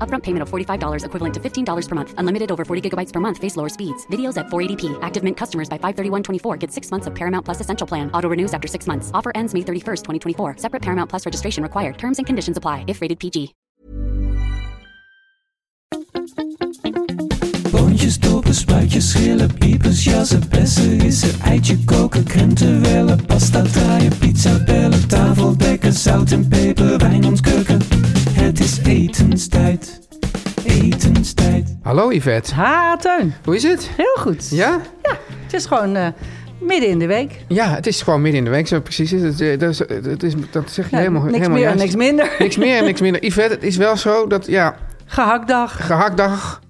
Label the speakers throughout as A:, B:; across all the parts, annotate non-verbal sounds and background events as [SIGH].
A: Upfront payment of $45 equivalent to $15 per month. Unlimited over 40 gigabytes per month. Face lower speeds. Videos at 480p. Active Mint customers by 531.24 get six months of Paramount Plus Essential Plan. Auto renews after six months. Offer ends May 31st, 2024. Separate Paramount Plus registration required. Terms and conditions apply if rated PG.
B: Boontjes, dopen, spuitjes, schillen, piepers, jassen, bessen, rissen, eitje koken, krenten wellen, pasta draaien, pizza bellen, tafel dekken, zout en peper, wijn ontkurken. Het is etenstijd, etenstijd.
C: Hallo Yvette,
D: Ha, Ah, Teun.
C: hoe is het?
D: Heel goed.
C: Ja?
D: Het is gewoon eh, midden in de week. Nou,
C: Ja, het is gewoon midden in de week, zo precies is het. Eh, Dat, is, dat, is, dat zeg je
D: Ja,
C: helemaal,
D: niks
C: helemaal
D: meer en
C: juist.
D: niks minder.
C: Niks meer en niks minder. Yvette, het is wel zo dat, ja,
D: Gehaktdag.
C: gehaktdag.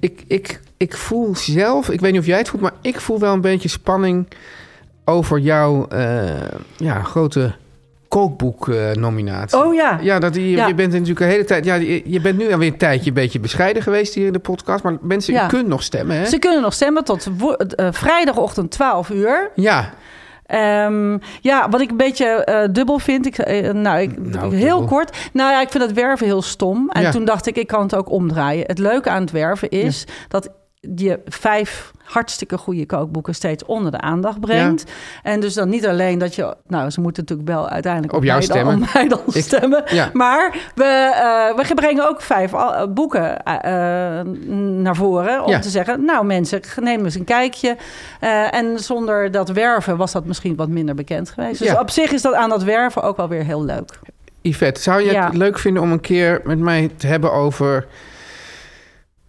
C: Ik, ik, ik voel zelf, ik weet niet of jij het voelt, maar ik voel wel een beetje spanning over jouw eh, ja, grote kookboek-nominatie.
D: Oh ja.
C: Ja, dat, je,
D: Ja.
C: je bent natuurlijk een hele tijd. Ja, je, je bent nu alweer een tijdje een beetje bescheiden geweest hier in de podcast. Maar mensen,
D: Ja.
C: u kunt nog stemmen, hè?
D: Ze kunnen nog stemmen tot wo- eh, vrijdagochtend 12 uur.
C: Ja,
D: Ehm, ja, wat ik een beetje eh, dubbel vind. Ik, eh, nou, ik,
C: Nou,
D: heel
C: dubbel.
D: kort. Nou ja, ik vind dat werven heel stom. En
C: Ja.
D: toen dacht ik, ik kan het ook omdraaien. Het leuke aan het werven is dat je vijf hartstikke goede kookboeken steeds onder de aandacht brengt. En dus dan niet alleen dat je... Nou, ze moeten natuurlijk wel uiteindelijk
C: Op jou
D: mij dan-
C: stemmen.
D: [LAUGHS] op mij dan
C: Ik-
D: stemmen.
C: ja.
D: Maar we, eh, we brengen ook vijf al- eh, boeken eh, eh, naar voren om
C: Ja.
D: te zeggen... nou mensen, neem eens een kijkje. Eh, en zonder dat werven was dat misschien wat minder bekend geweest. Dus
C: Ja.
D: op zich is dat aan dat werven ook wel weer heel leuk.
C: Yvette, zou je
D: Ja.
C: het leuk vinden om een keer met mij te hebben over...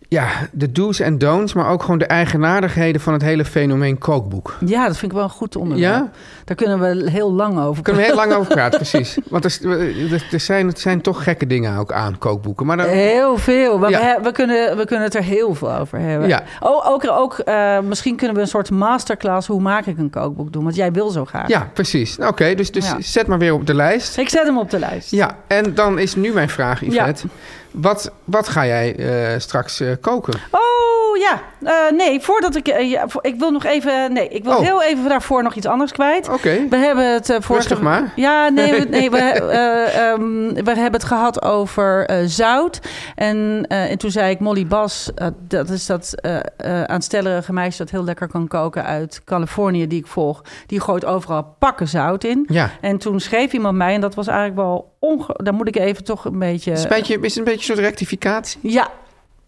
C: Ja, de do's en don'ts, maar ook gewoon de eigenaardigheden van het hele fenomeen kookboek.
D: Ja, dat vind ik wel een goed onderwerp.
C: Ja?
D: Daar kunnen we heel lang over
C: Kunnen we heel lang over
D: [LAUGHS]
C: praten, precies. Want er, s- er, er zijn, er zijn toch gekke dingen ook aan kookboeken. Maar dan,
D: Heel veel. Maar
C: Ja.
D: we, he- we, kunnen, we kunnen het er heel veel over hebben.
C: Ja.
D: Oh, ook ook eh, misschien kunnen we een soort masterclass... hoe maak ik een kookboek doen? Want jij wil zo graag.
C: ja, precies. Nou, Oké, dus, dus
D: Ja.
C: zet maar weer op de lijst.
D: Ik zet hem op de lijst.
C: Ja, en dan is nu mijn vraag, Yvette. Wat, wat ga jij eh, straks eh, koken?
D: Oh ja, Eh, nee, voordat ik... eh, ja, voor- ik wil nog even... Nee, ik wil
C: Oh.
D: heel even daarvoor nog iets anders kwijt.
C: Oké,
D: We hebben het eh, vorige...
C: rustig maar.
D: Ja, nee, we, nee,
C: [LAUGHS]
D: we, eh, ehm, we hebben het gehad over eh, zout. En, eh, en toen zei ik Molly Bas, eh, dat is dat eh eh, aanstellerige meisje dat heel lekker kan koken uit Californië, die ik volg. Die gooit overal pakken zout in.
C: Ja.
D: En toen schreef iemand mij, en dat was eigenlijk wel onge... Daar moet ik even toch een beetje...
C: Is het een beetje, is het een beetje een soort rectificatie?
D: Ja,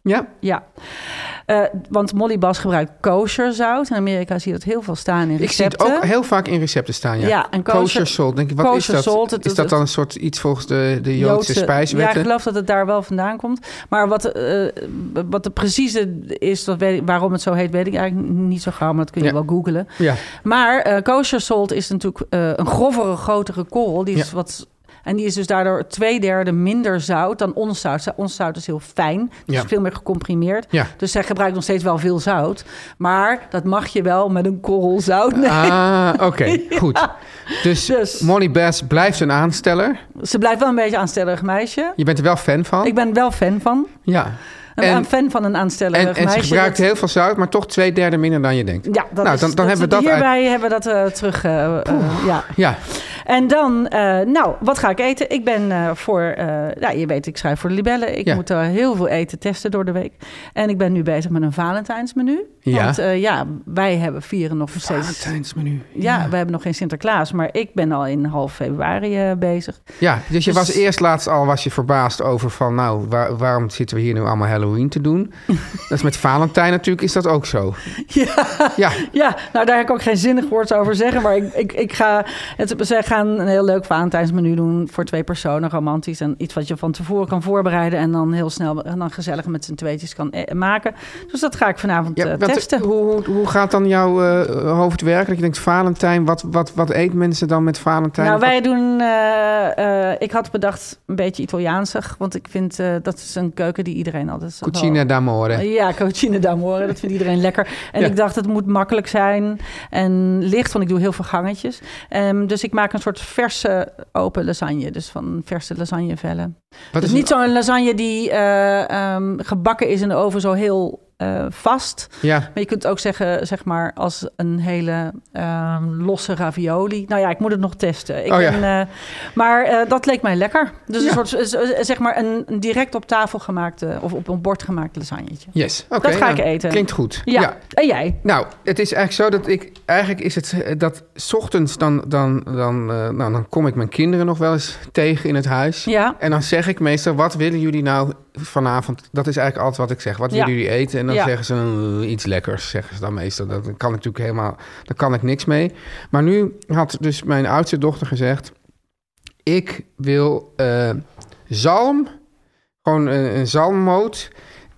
C: Ja?
D: ja. Eh, want Molly Bas gebruikt kosher zout. In Amerika zie je dat heel veel staan in
C: Ik zie
D: recepten.
C: het ook heel vaak in recepten staan, ja.
D: Ja, en
C: kosher,
D: kosher-
C: salt. Denk ik, wat is
D: kosher
C: dat?
D: salt, het-
C: is dat
D: het-
C: dan een soort iets volgens de, de Joodse,
D: Ja, ik
C: spijswetten?
D: geloof dat het daar wel vandaan komt. Maar wat, eh, wat de precieze is, dat weet, ik- waarom het zo heet, weet ik eigenlijk niet zo gauw. Maar dat kun je
C: Ja.
D: wel googlen.
C: Ja.
D: Maar eh, kosher salt is natuurlijk eh, een grovere, grotere kool. Die is
C: Ja.
D: wat... En die is dus daardoor twee derde minder zout dan ons zout. Ons zout is heel fijn, dus
C: Ja.
D: veel meer gecomprimeerd.
C: Ja.
D: Dus zij gebruikt nog steeds wel veel zout. Maar dat mag je wel met een korrel zout nemen.
C: Ah, oké,
D: [LAUGHS]
C: goed. Dus,
D: Dus-
C: Molly Bass blijft een aansteller.
D: Ze blijft wel een beetje een aanstellerig meisje.
C: Je bent er wel fan van.
D: Ik ben wel fan van.
C: Ja.
D: Een
C: En-
D: een fan van een aanstellerig
C: En, en
D: meisje.
C: ze gebruikt
D: dat-
C: heel veel zout, maar toch twee derde minder dan je denkt.
D: Ja, dat
C: Nou,
D: is-
C: dan- dan hebben we dat uit-
D: Hierbij hebben we dat eh, terug. eh, eh, ja.
C: Ja,
D: En dan, eh, nou, wat ga ik eten? Ik ben eh, voor, eh, ja, je weet, ik schrijf voor de libellen. Ik
C: Ja.
D: moet eh, heel veel eten testen door de week. En ik ben nu bezig met een Valentijnsmenu.
C: Ja.
D: Want eh, ja, wij hebben vieren nog steeds.
C: Valentijnsmenu.
D: Ja, we hebben nog geen Sinterklaas, maar ik ben al in half februari eh, bezig.
C: Ja, dus je
D: Dus-
C: was eerst laatst al was je verbaasd over van... nou, waar- waarom zitten we hier nu allemaal Halloween te
D: [LAUGHS]
C: doen? dat is met Valentijn natuurlijk, is dat ook zo.
D: Ja.
C: Ja,
D: Ja, nou daar heb ik ook geen zinnig woord over zeggen. Maar ik, ik, ik ga, het, ze gaan een heel leuk Valentijnsmenu doen voor twee personen, romantisch. En iets wat je van tevoren kan voorbereiden en dan heel snel en dan gezellig met z'n tweetjes kan eh, maken. Dus dat ga ik vanavond eh,
C: Ja, wat-
D: testen.
C: hoe, hoe, hoe gaat dan jouw eh, hoofd werken? Dat je denkt, Valentijn, wat, wat, wat eet mensen dan met Valentijn?
D: Nou,
C: Of wat-
D: wij doen. eh, eh, ik had bedacht een beetje Italiaansig, want ik vind eh, dat is een keuken die iedereen altijd. wel-
C: Cucina d'amore.
D: Oh, Eh, Ja, Cucina d'amore, dat vindt
C: [LAUGHS]
D: iedereen lekker. En
C: Ja.
D: ik dacht, het moet makkelijk zijn en licht, want ik doe heel veel gangetjes. Ehm, dus ik maak een soort verse open lasagne, dus van verse lasagnevellen.
C: Wat
D: dus
C: is
D: niet zo'n lasagne die eh, ehm, gebakken is in de oven, zo heel eh, vast.
C: Ja,
D: Maar je kunt ook zeggen, zeg maar, als een hele ehm, losse ravioli. Nou ja, ik moet het nog testen. Ik
C: Oh ja.
D: ben, eh, maar eh, dat leek mij lekker. Dus
C: Ja.
D: een soort, z- z- zeg maar, een, een direct op tafel gemaakte of op een bord gemaakt lasagnetje.
C: yes. Oké.
D: dat ga
C: nou,
D: ik eten.
C: Klinkt goed.
D: Ja. En jij?
C: Nou, het is eigenlijk zo dat ik... Eigenlijk is het eh, dat 's ochtends dan, dan, dan, eh, nou, dan kom ik mijn kinderen nog wel eens tegen in het huis.
D: Ja.
C: En dan zeg ik meestal, wat willen jullie nou vanavond? Dat is eigenlijk altijd wat ik zeg. Wat
D: Ja.
C: willen jullie eten? En dan
D: Ja.
C: zeggen ze "Eh, iets lekkers, zeggen ze dan meestal. Dat kan ik natuurlijk helemaal, daar kan ik niks mee. Maar nu had dus mijn oudste dochter gezegd, ik wil eh, zalm, gewoon eh, een, een zalmmoot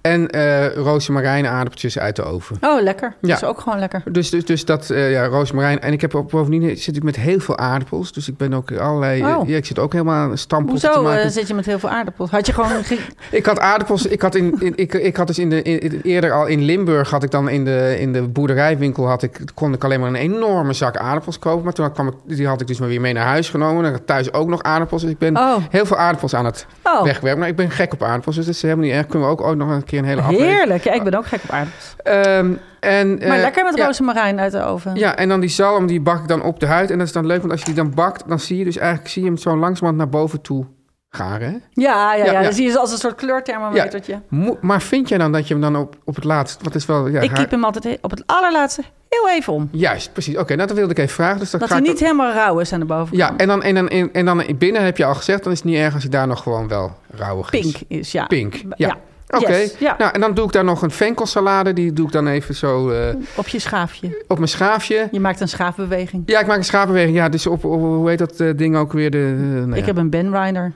C: en eh rozemarijn aardappeltjes uit de oven.
D: Oh, lekker.
C: Ja.
D: Dat is ook gewoon lekker.
C: Dus, dus, dus dat, eh, ja, rozemarijn. En ik heb ook bovendien, zit ik met heel veel aardappels. Dus ik ben ook allerlei, eh,
D: Oh.
C: ja, ik zit ook helemaal aan stampotten te
D: Hoezo
C: maken.
D: eh, zit je met heel veel aardappels? Had je gewoon... ge-
C: [LAUGHS] Ik had aardappels. Ik had, in, in- ik, ik had dus in de, in- eerder al in Limburg had ik dan in de, in de boerderijwinkel had ik, kon ik alleen maar een enorme zak aardappels kopen. Maar toen kwam ik, die had ik dus maar weer mee naar huis genomen. En ik had thuis ook nog aardappels. Dus ik ben
D: Oh.
C: heel veel aardappels aan het
D: Oh.
C: wegwerpen. Maar ik ben gek op aardappels. Dus dat is helemaal niet erg. Kunnen we ook ooit nog een keer een hele aflevering.
D: Heerlijk. Ja, ik ben ook gek op aardappels.
C: Ehm, en,
D: Maar
C: eh,
D: lekker met
C: ja,
D: rozemarijn uit de oven.
C: Ja, en dan die zalm, die bak ik dan op de huid. En dat is dan leuk, want als je die dan bakt, dan zie je dus eigenlijk zie je hem zo langzamerhand naar boven toe garen. hè?
D: ja, ja. ja,
C: Ja, ja.
D: Dan zie je ze als een soort kleurthermometertje.
C: Mo- maar vind jij dan dat je hem dan op, op het laatst... Wat is wel, ja,
D: Ik
C: raar-
D: kiep hem altijd he- op het allerlaatste heel even om.
C: Juist, precies. Oké, nou, dat wilde ik even vragen. Dus dan
D: Dat
C: ga
D: hij
C: ik
D: niet helemaal rauw is aan de bovenkant.
C: Ja, en dan, en, dan, en, dan binnen heb je al gezegd... dan is het niet erg als je daar nog gewoon wel rauwig is.
D: Pink is, ja.
C: Pink, ja. Oké,
D: Yes, ja.
C: nou, en dan doe ik daar nog een venkelsalade. Die doe ik dan even zo eh,
D: Op je schaafje.
C: op mijn schaafje.
D: Je maakt een schaafbeweging.
C: Ja, ik maak een schaapbeweging. Ja, dus op, op- hoe heet dat eh, ding ook weer? De, eh, nou ja.
D: Ik heb een Ben Reiner.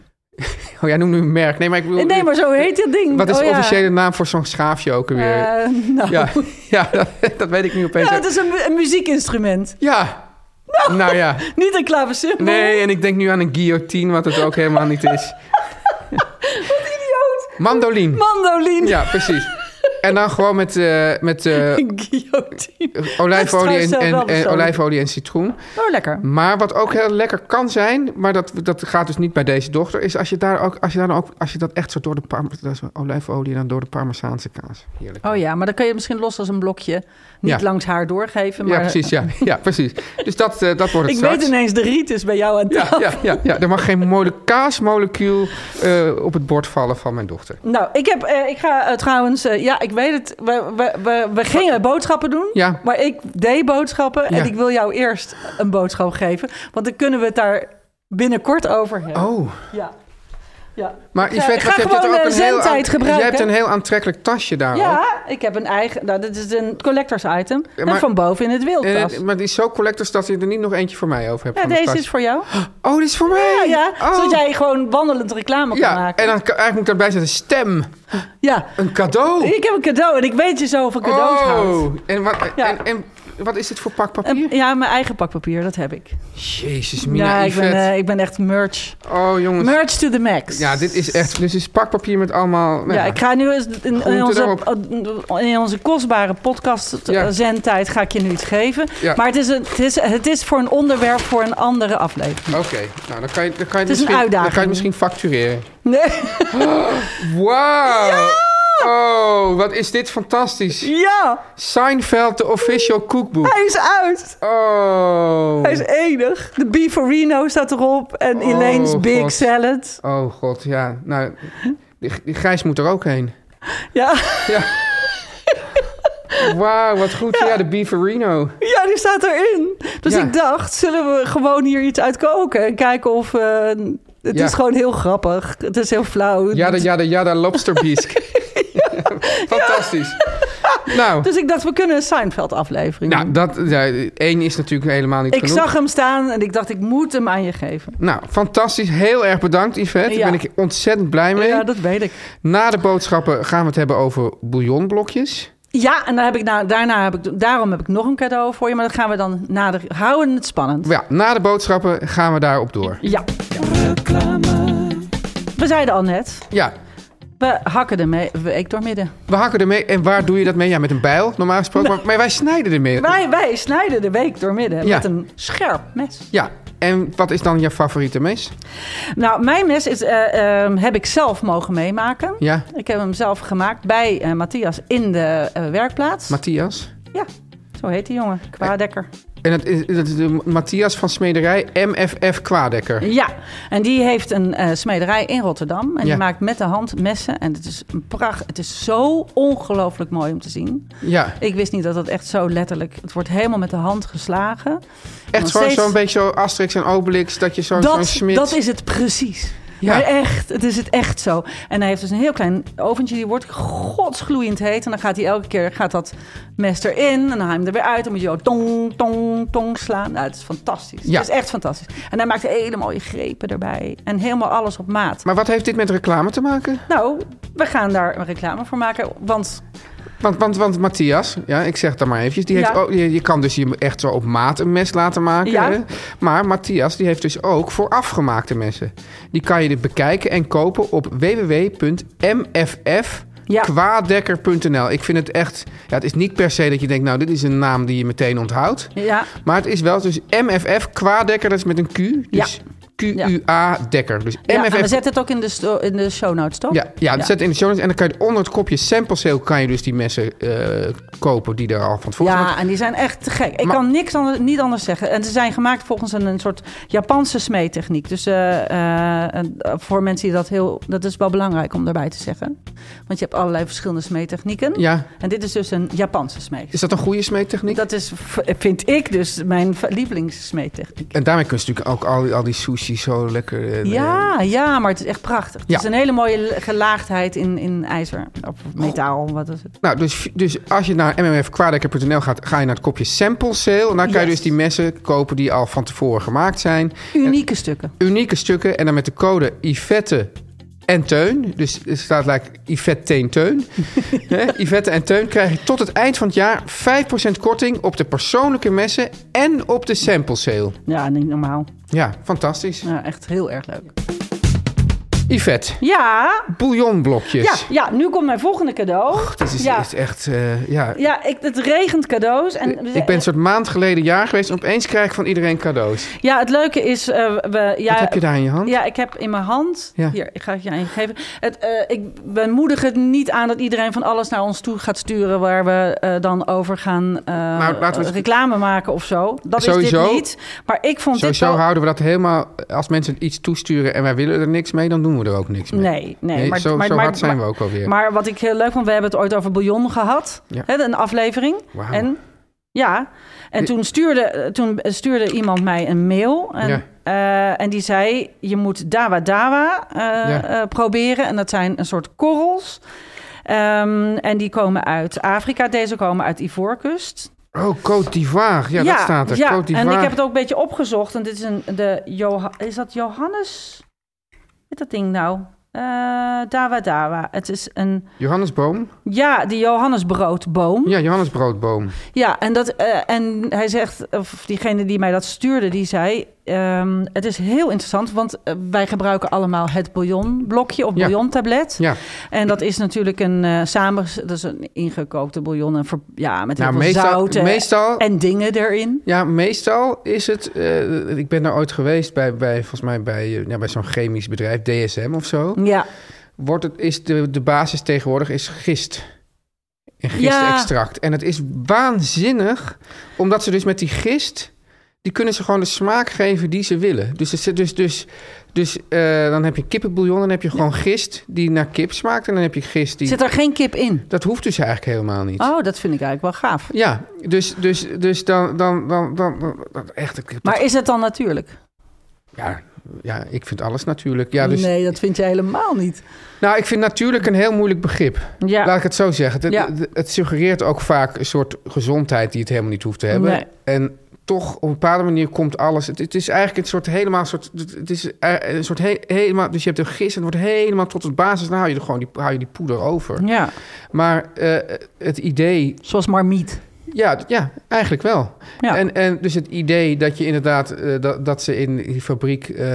C: Oh, jij noemt nu een merk. Nee, maar ik bedoel...
D: Nee, maar zo heet dat ding.
C: Wat is
D: Oh,
C: de
D: ja.
C: officiële naam voor zo'n schaafje ook alweer?
D: Eh, nou.
C: ja, ja [LAUGHS] dat, dat weet ik nu opeens.
D: Ja,
C: Ja,
D: het is een, mu- een muziekinstrument.
C: nou ja.
D: Niet een klavecimbal.
C: Nee, en ik denk nu aan een guillotine, wat het ook helemaal niet is.
D: Wat idioot.
C: Mandoline.
D: Mandoline. [LAUGHS]
C: Ja, precies. En dan gewoon met, eh, met eh,
D: Guillotine.
C: olijfolie,
D: Dat is trouwens
C: en,
D: wel
C: en, en,
D: persoonlijk.
C: olijfolie en citroen.
D: Oh, lekker.
C: Maar wat ook heel lekker kan zijn, maar dat, dat gaat dus niet bij deze dochter, is als je, daar ook, als je, daar dan ook, als je dat echt zo door de parme, dat is olijfolie en dan door de parmezaanse kaas. Heerlijk.
D: Oh ja, maar dan kun je misschien los als een blokje. Niet
C: Ja.
D: langs haar doorgeven. Maar
C: ja, precies. Ja, ja, precies. Dus dat, eh, dat wordt het
D: Ik
C: straks.
D: weet ineens de ritus bij jou aan tafel.
C: ja, ja, ja, ja, er mag geen mole- kaasmolecuul eh, op het bord vallen van mijn dochter.
D: Nou, ik, heb, eh, ik ga eh, trouwens... eh, ja, ik weet het. We, we, we, we gingen boodschappen doen.
C: Ja.
D: Maar ik deed boodschappen. En
C: Ja.
D: ik wil jou eerst een boodschap geven. Want dan kunnen we het daar binnenkort over hebben.
C: Oh,
D: Ja. Ja.
C: maar
D: Ik ga-
C: Yvette,
D: ik
C: wat
D: ga
C: heb je toch
D: gewoon,
C: ook
D: eh,
C: een heel aan-
D: zendtijd gebruiken.
C: Je hebt een heel aantrekkelijk tasje daar ook.
D: ja, ik heb een eigen... Nou, dit is een collectors item. en
C: maar-
D: van boven in het wild
C: Eh,
D: past.
C: maar die is zo collectors dat je er niet nog eentje voor mij over hebt.
D: ja,
C: van het
D: deze
C: tasje.
D: is voor
C: [GASPS]
D: jou.
C: Oh, dit is voor mij?
D: Ja, ja.
C: Oh.
D: Zodat jij gewoon wandelend reclame kan
C: Ja,
D: maken.
C: en dan kan- eigenlijk moet ik daarbij zetten stem.
D: Ja.
C: Een cadeau.
D: Ik heb een cadeau en ik weet je zo van cadeaus houdt.
C: oh. en wat,
D: Ja.
C: en, en wat is dit voor pak
D: En-
C: papier?
D: ja, mijn eigen pakpapier, dat heb ik.
C: Jezus, Mina,
D: ja, ik ben,
C: Yvette.
D: eh, ik ben echt merch.
C: oh, jongens.
D: Merch to the max.
C: Ja, dit is echt... Dus dit is pakpapier met allemaal... nou
D: Ja, ik ga nu eens in, in,
C: Groente
D: onze, eh,
C: erop.
D: in onze kostbare podcast eh,
C: Ja.
D: zendtijd ga ik je nu iets geven.
C: Ja.
D: Maar het is, een, het, is, het is voor een onderwerp voor een andere aflevering.
C: Oké, nou dan kan je, dan kan je
D: is een
C: misschien, Dan kan je
D: uitdaging.
C: het misschien factureren.
D: Nee. [LAUGHS]
C: Wauw! Oh, wat is dit fantastisch.
D: Ja,
C: Seinfeld, de official cookbook.
D: hij is uit.
C: Oh.
D: Hij is enig. De Beefarino staat erop. En
C: Oh,
D: Elaine's Big
C: God.
D: Salad.
C: Oh god, ja. Nou, die, die Gijs moet er ook heen.
D: Ja. [LAUGHS]
C: Ja. Wauw, wat goed. Ja, de Beaverino.
D: Ja, die staat erin. Dus
C: Ja.
D: ik dacht, zullen we gewoon hier iets uit koken? En kijken of... eh, het
C: Ja.
D: is gewoon heel grappig. Het is heel flauw. [LAUGHS]
C: Jada, jada, jada, lobsterbeest. Fantastisch. Ja. Nou.
D: Dus ik dacht, we kunnen een Seinfeld-aflevering
C: Nou,
D: doen.
C: dat, ja, één is natuurlijk helemaal niet
D: Ik
C: genoeg.
D: zag hem staan en ik dacht, ik moet hem aan je geven.
C: Nou, fantastisch. Heel erg bedankt, Yvette.
D: Ja.
C: Daar ben ik ontzettend blij mee.
D: Ja, dat weet ik.
C: Na de boodschappen gaan we het hebben over bouillonblokjes.
D: Ja, en daar heb ik, nou, daarna heb ik, daarom heb ik nog een cadeau voor je. Maar dat gaan we dan nader houden. Het spannend.
C: Ja, na de boodschappen gaan we daarop door.
D: Ja. We zeiden al net,
C: Ja,
D: we hakken de me- week doormidden.
C: we hakken ermee. En waar doe je dat mee? Ja, met een bijl, normaal gesproken. Maar, maar wij snijden ermee.
D: Wij, wij snijden de week doormidden
C: Ja.
D: met een scherp mes.
C: Ja, en wat is dan jouw favoriete mes?
D: Nou, mijn mes is, eh, ehm, heb ik zelf mogen meemaken.
C: Ja,
D: Ik heb hem zelf gemaakt bij eh, Matthias in de eh, werkplaats.
C: Matthias.
D: ja, zo heet die jongen.
C: Eh.
D: Kwaadekker.
C: En dat is, dat is de Matthias van Smederij MFF Kwaadekker.
D: Ja, en die heeft een eh, smederij in Rotterdam.
C: Ja.
D: En die maakt met de hand messen. En het is een pracht. Het is zo ongelooflijk mooi om te zien.
C: Ja,
D: Ik wist niet dat dat echt zo letterlijk... Het wordt helemaal met de hand geslagen.
C: echt
D: Nog
C: gewoon
D: steeds-
C: zo'n beetje zo Asterix en Obelix. Dat je zo'n zo'n
D: Dat,
C: smid...
D: dat is het precies.
C: Ja.
D: Maar echt, het is het echt zo. En hij heeft dus een heel klein oventje, die wordt godsgloeiend heet. En dan gaat hij elke keer gaat dat mes erin en dan haal je hem er weer uit. Dan moet je zo tong, tong, tong slaan. Nou, het is fantastisch.
C: Ja.
D: Het is echt fantastisch. En hij maakt hele mooie grepen erbij. En helemaal alles op maat.
C: Maar wat heeft dit met reclame te maken?
D: Nou, we gaan daar een reclame voor maken. Want
C: Want, want, want Matthias, ja, ik zeg het dan maar eventjes. Die heeft
D: Ja.
C: ook, je, je kan dus je echt zo op maat een mes laten maken.
D: Ja.
C: hè? Maar Matthias die heeft dus ook voor afgemaakte messen. Die kan je dit bekijken en kopen op
D: Ja.
C: www.mffkwadekker.nl. Ik vind het echt... Ja, het is niet per se dat je denkt... nou, dit is een naam die je meteen onthoudt.
D: ja,
C: Maar het is wel dus MFF Kwadekker. Dat is met een Q. Dus Q-U-A-Dekker. Dus
D: ja en
C: MFF
D: we zetten het ook in de, sto- in de show notes, toch?
C: ja, ja, dat zet in de show notes. En dan kan je onder het kopje sample sale... kan je dus die messen eh, kopen die er al van tevoren
D: Ja, en die zijn echt te gek. Ik
C: Maar-
D: kan niks anders, niet anders zeggen. En ze zijn gemaakt volgens een, een soort Japanse smeetechniek. Dus eh, eh, en, eh, voor mensen die dat heel... Dat is wel belangrijk om daarbij te zeggen. Want je hebt allerlei verschillende smeettechnieken.
C: Ja,
D: En dit is dus een Japanse smeet.
C: is dat een goede smeettechniek?
D: Dat is, v- vind ik dus, mijn v- lievelingssmeettechniek.
C: En daarmee kun je natuurlijk ook al, al die sushi zo lekker... eh,
D: Ja, ja, maar het is echt prachtig.
C: Ja.
D: Het is een hele mooie le- gelaagdheid in, in ijzer. Of metaal, wat is het?
C: Nou, dus, dus als je naar mmfkwaardekker.nl gaat, ga je naar het kopje sample sale. En daar kan je
D: Yes.
C: dus die messen kopen die al van tevoren gemaakt zijn.
D: Unieke stukken.
C: Unieke stukken. En dan met de code Yvette en Teun. Dus het staat lijkt Yvette Teen
D: [LAUGHS]
C: Teun. Hè, Yvette en Teun krijg je tot het eind van het jaar 5% korting op de persoonlijke messen en op de sample sale.
D: Ja, niet normaal.
C: Ja, fantastisch.
D: Ja, echt heel erg leuk.
C: Yvette,
D: Ja,
C: bouillonblokjes.
D: Ja, ja, nu komt mijn volgende cadeau.
C: Het is,
D: ja,
C: is echt, eh, ja,
D: ja ik, het regent cadeaus. En,
C: Ik ben een soort maand geleden jaar geweest en opeens krijg ik van iedereen cadeaus.
D: Ja, het leuke is... eh, we, ja,
C: Wat heb je daar in je hand?
D: Ja, ik heb in mijn hand...
C: Ja.
D: Hier, ik ga het je aan je geven. Het, eh, ik, we moedigen het niet aan dat iedereen van alles naar ons toe gaat sturen... waar we eh, dan over gaan eh,
C: Nou, laten we het-
D: reclame maken of zo. Dat is
C: Sowieso.
D: dit niet. Maar ik vond
C: Sowieso
D: dit wel...
C: houden we dat helemaal... Als mensen iets toesturen en wij willen er niks mee, dan doen we er ook niks mee.
D: Nee, nee.
C: Nee,
D: maar,
C: zo-
D: maar,
C: zo
D: maar-
C: hard zijn
D: maar-
C: we ook alweer.
D: Maar wat ik heel leuk vond, we hebben het ooit over bouillon gehad.
C: Ja.
D: Hè, een aflevering.
C: Wauw.
D: En ja, en toen stuurde, eh, toen stuurde iemand mij een mail. En,
C: Ja.
D: eh, en die zei, je moet dawa dawa eh,
C: Ja.
D: eh, proberen. En dat zijn een soort korrels. Ehm, en die komen uit Afrika. Deze komen uit Ivoorkust.
C: Oh, Côte d'Ivoire. Ja, dat staat er.
D: Ja,
C: Côte d'Ivoire.
D: en ik heb het ook een beetje opgezocht. En dit is een, de Joha- is dat Johannes? Wat is dat ding nou? Eh, dawa dawa. Het is een,
C: Johannesboom?
D: ja, die Johannesbroodboom. Ja,
C: Ja, Johannesbroodboom.
D: en, dat, eh, en hij zegt, of diegene die mij dat stuurde, die zei... ehm, het is heel interessant, want eh, wij gebruiken allemaal het bouillonblokje of
C: Ja.
D: bouillontablet.
C: Ja.
D: En dat is natuurlijk een eh samen, dat is een ingekookte bouillon en ver- ja, met heel
C: Nou,
D: veel
C: meestal-
D: zout en-
C: meestal-
D: en dingen erin.
C: Ja, meestal is het... eh, ik ben daar ooit geweest bij, bij volgens mij bij, eh, ja, bij zo'n chemisch bedrijf, DSM of zo.
D: Ja,
C: Wordt het, is de, de basis tegenwoordig is gist. En
D: Ja.
C: gistextract. En het is waanzinnig, omdat ze dus met die gist... die kunnen ze gewoon de smaak geven die ze willen. Dus, dus, dus, dus, dus eh, dan heb je kippenbouillon, dan heb je gewoon gist die naar kip smaakt... en dan heb je gist die...
D: Zit er geen kip in?
C: Dat hoeft dus eigenlijk helemaal niet.
D: Oh, dat vind ik eigenlijk wel gaaf.
C: Ja, dus, dus, dus dan, dan, dan, dan, dan- Echt, ik heb dat-
D: Maar is het dan natuurlijk?
C: ja, ja, ik vind alles natuurlijk. Ja, dus,
D: Nee, dat vind jij helemaal niet.
C: Nou, ik vind natuurlijk een heel moeilijk begrip.
D: Ja.
C: Laat ik het zo zeggen. Het,
D: Ja.
C: het- het suggereert ook vaak een soort gezondheid die het helemaal niet hoeft te hebben.
D: Nee.
C: En toch op een bepaalde manier komt alles. Het, het is eigenlijk een soort helemaal een soort. Het is eh, een soort he- helemaal. Dus je hebt een gist en het wordt helemaal tot het basis. Dan hou je er gewoon die, hou je die poeder over.
D: Ja,
C: Maar eh, het idee.
D: zoals marmiet.
C: Ja, d- ja eigenlijk wel.
D: Ja.
C: En, en dus het idee dat je inderdaad. eh, dat, dat ze in die fabriek eh,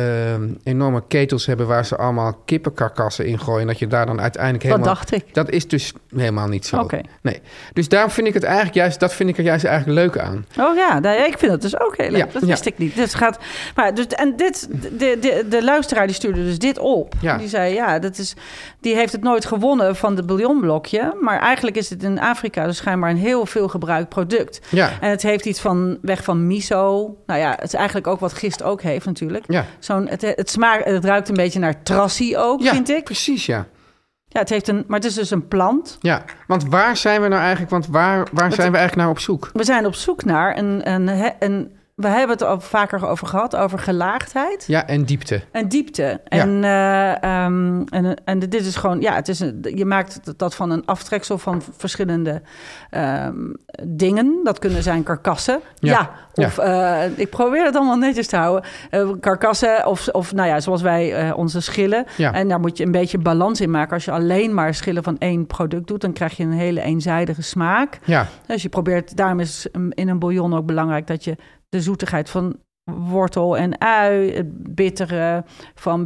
C: enorme ketels hebben waar ze allemaal kippenkarkassen in gooien. En dat je daar dan uiteindelijk
D: dat
C: helemaal.
D: dacht ik.
C: Dat is dus helemaal niet zo.
D: Oké.
C: Nee. Dus daarom vind ik het eigenlijk juist, dat vind ik er juist eigenlijk leuk aan.
D: Oh ja, nou ja, ik vind dat dus ook heel leuk.
C: Ja,
D: dat
C: ja.
D: wist ik niet. Dus gaat, maar dus, en dit, de, de, de luisteraar die stuurde dus dit op.
C: Ja.
D: Die zei, ja, dat is, die heeft het nooit gewonnen van de bouillonblokje. Maar eigenlijk is het in Afrika dus schijnbaar een heel veel gebruikt product.
C: Ja.
D: En het heeft iets van weg van miso. Nou ja, het is eigenlijk ook wat gist ook heeft natuurlijk.
C: Ja.
D: Zo'n, het, het, smaak, het ruikt een beetje naar trassie ook,
C: Ja,
D: vind ik.
C: precies, ja.
D: Ja, het heeft een, maar het is dus een plant.
C: Ja, want waar zijn we nou eigenlijk, want waar, waar zijn we eigenlijk naar op zoek?
D: We zijn op zoek naar een. een, he- een we hebben het al vaker over gehad, over gelaagdheid
C: Ja, en diepte.
D: en diepte. En, eh, ehm, en, en dit is gewoon, ja, het is een, je maakt dat van een aftreksel van verschillende ehm, dingen. Dat kunnen zijn karkassen.
C: Ja.
D: Ja. Of eh, ik probeer het allemaal netjes te houden. Eh, karkassen of, of, nou ja, zoals wij eh, onze schillen.
C: Ja.
D: En daar moet je een beetje balans in maken. Als je alleen maar schillen van één product doet, dan krijg je een hele eenzijdige smaak.
C: Ja,
D: Dus je probeert, daarom is um, in een bouillon ook belangrijk dat je de zoetigheid van wortel en ui, het bittere van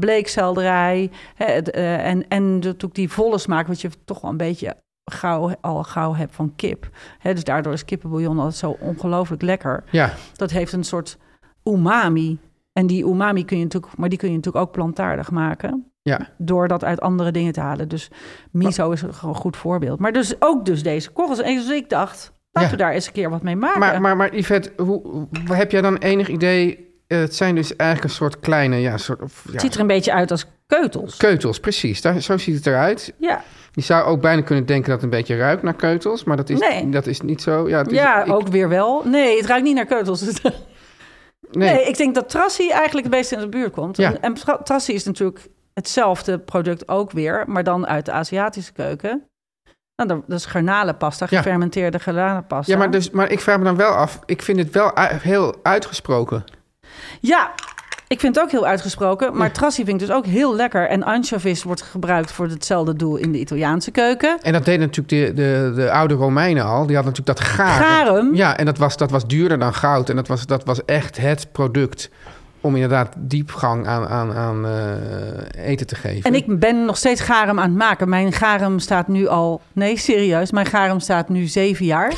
D: bleekselderij hè, het, eh, en, en natuurlijk die volle smaak, wat je toch wel een beetje gauw, al gauw hebt van kip. Hè, dus daardoor is kippenbouillon altijd zo ongelooflijk lekker.
C: ja,
D: Dat heeft een soort umami. En die umami kun je natuurlijk, maar die kun je natuurlijk ook plantaardig maken
C: ja.
D: door dat uit andere dingen te halen. Dus miso is een gewoon goed voorbeeld. Maar dus ook dus deze korrels. En dus ik dacht, laten
C: Ja.
D: we daar eens een keer wat mee maken.
C: Maar, maar, maar Yvette, hoe, hoe- heb jij dan enig idee, eh, het zijn dus eigenlijk een soort kleine, ja, soort, of, ja,
D: het ziet er een beetje uit als keutels.
C: keutels, precies. Daar, zo ziet het eruit.
D: ja,
C: Je zou ook bijna kunnen denken dat het een beetje ruikt naar keutels, maar dat is,
D: Nee.
C: dat is niet zo. Ja, het is-
D: ja
C: ik-
D: ook weer wel. Nee, het ruikt niet naar keutels. [LAUGHS] nee.
C: Nee,
D: ik denk dat Trassi eigenlijk het beste in de buurt komt.
C: Ja.
D: En, en tra- Trassi is natuurlijk hetzelfde product ook weer, maar dan uit de Aziatische keuken. Nou, dat- dat is garnalenpasta,
C: Ja.
D: gefermenteerde garnalenpasta.
C: ja maar, dus, maar ik vraag me dan wel af, ik vind het wel u- heel uitgesproken.
D: Ja, ik vind het ook heel uitgesproken. Maar trassi vind ik dus ook heel lekker. En anchovies wordt gebruikt voor hetzelfde doel in de Italiaanse keuken.
C: En dat deden natuurlijk de, de, de oude Romeinen al. Die hadden natuurlijk dat garen.
D: Garum?
C: Ja, en dat was, dat was duurder dan goud. En dat was, dat was echt het product om inderdaad diepgang aan, aan, aan eh, eten te geven.
D: En ik ben nog steeds garum aan het maken. Mijn garum staat nu al... Nee, serieus. Mijn garum staat nu zeven
C: [LAUGHS]
D: jaar.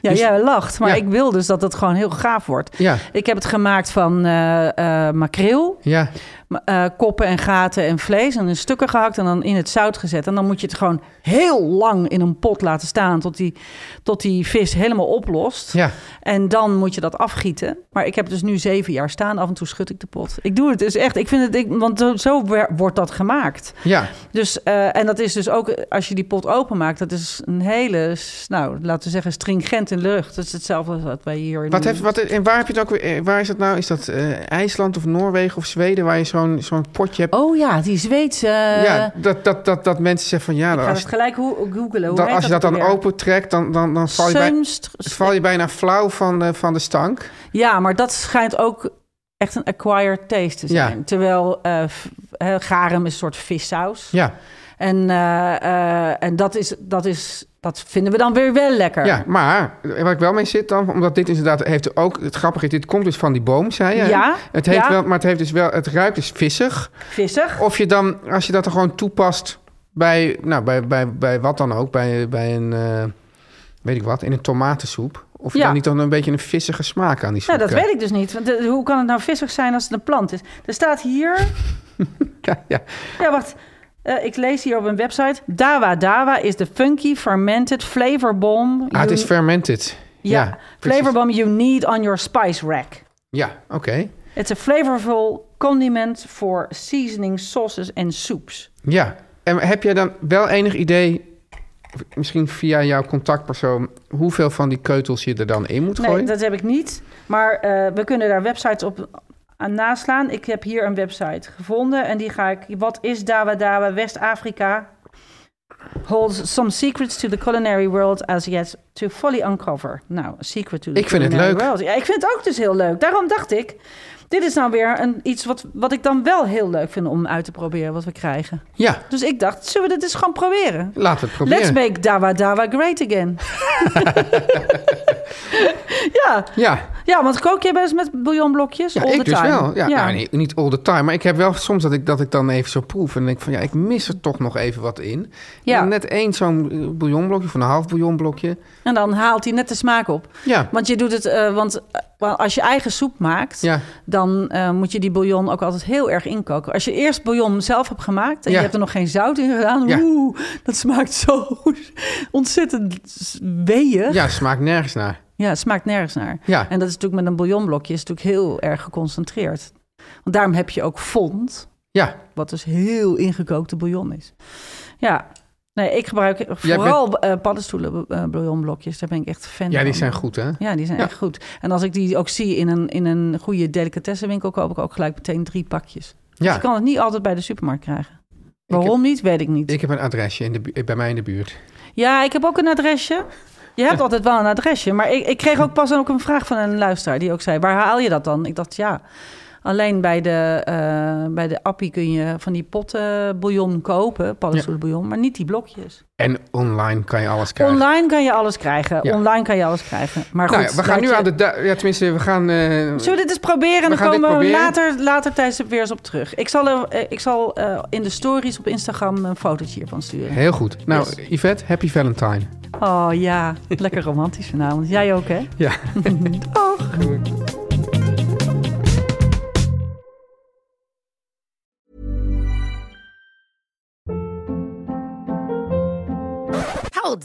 D: Ja,
C: Dus-
D: jij lacht. Maar
C: Ja.
D: ik wil dus dat het gewoon heel gaaf wordt.
C: Ja,
D: Ik heb het gemaakt van eh eh makreel,
C: ja,
D: ma- eh, koppen en gaten en vlees. En in stukken gehakt en dan in het zout gezet. En dan moet je het gewoon heel lang in een pot laten staan... tot die, tot die vis helemaal oplost.
C: ja.
D: En dan moet je dat afgieten. Maar ik heb dus nu zeven jaar staan. Af en toe schud ik de pot. Ik doe het dus echt. Ik vind het, ik, want zo, zo wer- wordt dat gemaakt.
C: ja.
D: Dus, eh, en dat is dus ook, eh, als je die pot openmaakt, dat is een hele, s- nou, laten we zeggen, stringent in de lucht. Dat is hetzelfde als wat wij hier in
C: Wat heeft, wat, en waar heb je het ook weer? eh, Waar is dat nou? Is dat eh, IJsland of Noorwegen of Zweden waar je zo'n zo'n potje hebt?
D: Oh ja, die Zweedse...
C: ja, dat, dat, dat, dat mensen zeggen van ja,
D: Oh, eh, ik ga
C: als,
D: het gelijk ho- googlen. Hoe
C: dan,
D: heet
C: als je dat
D: ook
C: dan
D: alweer?
C: opentrekt, dan, dan, dan val, je bij,
D: Sunst-
C: val je bijna flauw van de, van de stank.
D: Ja, maar dat schijnt ook echt een acquired taste te
C: Ja.
D: zijn. Terwijl eh, f- eh, garum is een soort vissaus.
C: Ja.
D: En, eh, eh, en dat, is, dat, is, dat vinden we dan weer wel lekker.
C: Ja, maar waar ik wel mee zit dan, omdat dit is inderdaad heeft ook het grappige is, dit komt dus van die boom, zei je. hè?
D: Ja,
C: Het heeft
D: ja.
C: wel, maar het heeft dus wel, het ruikt dus vissig.
D: Vissig.
C: Of je dan, als je dat er gewoon toepast bij, nou, bij, bij, bij wat dan ook, bij, bij een, eh, weet ik wat, in een tomatensoep. Of je
D: Ja.
C: dan niet dan een beetje een vissige smaak aan die soep
D: Nou, dat
C: krijgt.
D: weet ik dus niet. Want eh, hoe kan het nou vissig zijn als het een plant is? Er staat hier...
C: Ja, ja.
D: ja, wacht. Eh, ik lees hier op een website. Dawa Dawa is de funky fermented flavor bomb...
C: Ah, het
D: you-
C: is fermented.
D: ja,
C: precies.
D: flavor bomb you need on your spice rack.
C: Ja, oké.
D: It's a flavorful condiment for seasoning sauces and soups.
C: Ja. En heb jij dan wel enig idee, misschien via jouw contactpersoon, hoeveel van die keutels je er dan in moet
D: Nee,
C: gooien?
D: dat heb ik niet. Maar eh, we kunnen daar websites op aan naslaan. Ik heb hier een website gevonden en die ga ik. Wat is Dawa Dawa West-Afrika? Holds some secrets to the culinary world as yet to fully uncover. Nou, a secret to the
C: Ik vind het
D: culinary
C: leuk.
D: world. Ja, ik vind het ook dus heel leuk. Daarom dacht ik, dit is nou weer een, iets wat, wat ik dan wel heel leuk vind om uit te proberen wat we krijgen.
C: Ja,
D: Dus ik dacht, zullen we dit eens gewoon proberen?
C: laten we het
D: Let's
C: proberen.
D: make Dawa Dawa great
C: [LAUGHS]
D: again. ja,
C: ja,
D: ja, want kook je best met bouillonblokjes
C: ja
D: all the
C: ik dus
D: time?
C: wel. Ja, nou, nee, niet all the time, maar ik heb wel soms dat ik, dat ik dan even zo proef... en denk van, ja, ik mis er toch nog even wat in.
D: Ja.
C: En net één zo'n eh, bouillonblokje, of een half bouillonblokje.
D: En dan haalt hij net de smaak op.
C: Ja,
D: Want je doet het, eh, want eh, wel, als je eigen soep maakt,
C: ja,
D: dan eh, moet je die bouillon ook altijd heel erg inkoken. Als je eerst bouillon zelf hebt gemaakt en
C: Ja.
D: je hebt er nog geen zout in gedaan,
C: Ja.
D: oeh, dat smaakt zo [LAUGHS] ontzettend weeën. Ja.
C: ja, smaakt nergens naar.
D: het smaakt nergens naar.
C: Ja,
D: En dat is natuurlijk met een bouillonblokje is natuurlijk heel erg geconcentreerd. Want daarom heb je ook fond,
C: ja.
D: wat dus heel ingekookte bouillon is. Ja. Nee, ik gebruik vooral eh, paddenstoelen eh, bouillonblokjes. Daar ben ik echt fan van.
C: ja die zijn goed, hè?
D: Ja, die zijn
C: Ja.
D: echt goed. En als ik die ook zie in een, in een goede delicatessenwinkel, koop ik ook gelijk meteen drie pakjes. Dus
C: Ja,
D: ik kan het niet altijd bij de supermarkt krijgen. Waarom niet, weet ik niet.
C: ik heb een adresje in de, bu- bij mij in de buurt.
D: Ja, ik heb ook een adresje. Je
C: [LAUGHS]
D: hebt altijd wel een adresje. Maar ik, ik kreeg ook pas ook een vraag van een luisteraar die ook zei: waar haal je dat dan? Ik dacht, ja, alleen bij de, eh, bij de appie kun je van die potten bouillon kopen, paddenstoelenbouillon, maar niet die blokjes.
C: En online kan je alles krijgen.
D: Online kan je alles krijgen.
C: Ja.
D: Online kan je alles krijgen. Maar goed,
C: Nou ja, we gaan
D: laat
C: nu
D: je-
C: aan de... du- Ja, tenminste, we gaan... eh,
D: Zullen we dit eens proberen? En
C: We
D: dan
C: gaan dit
D: komen we
C: proberen.
D: later, later tijdens het weer eens op terug. Ik zal, er, eh, ik zal eh, in de stories op Instagram een fotootje hiervan sturen.
C: Heel goed. Nou, Yvette, happy Valentine.
D: Oh ja, lekker romantisch vanavond. Jij ook, hè?
C: Ja.
D: Dag.
E: Hold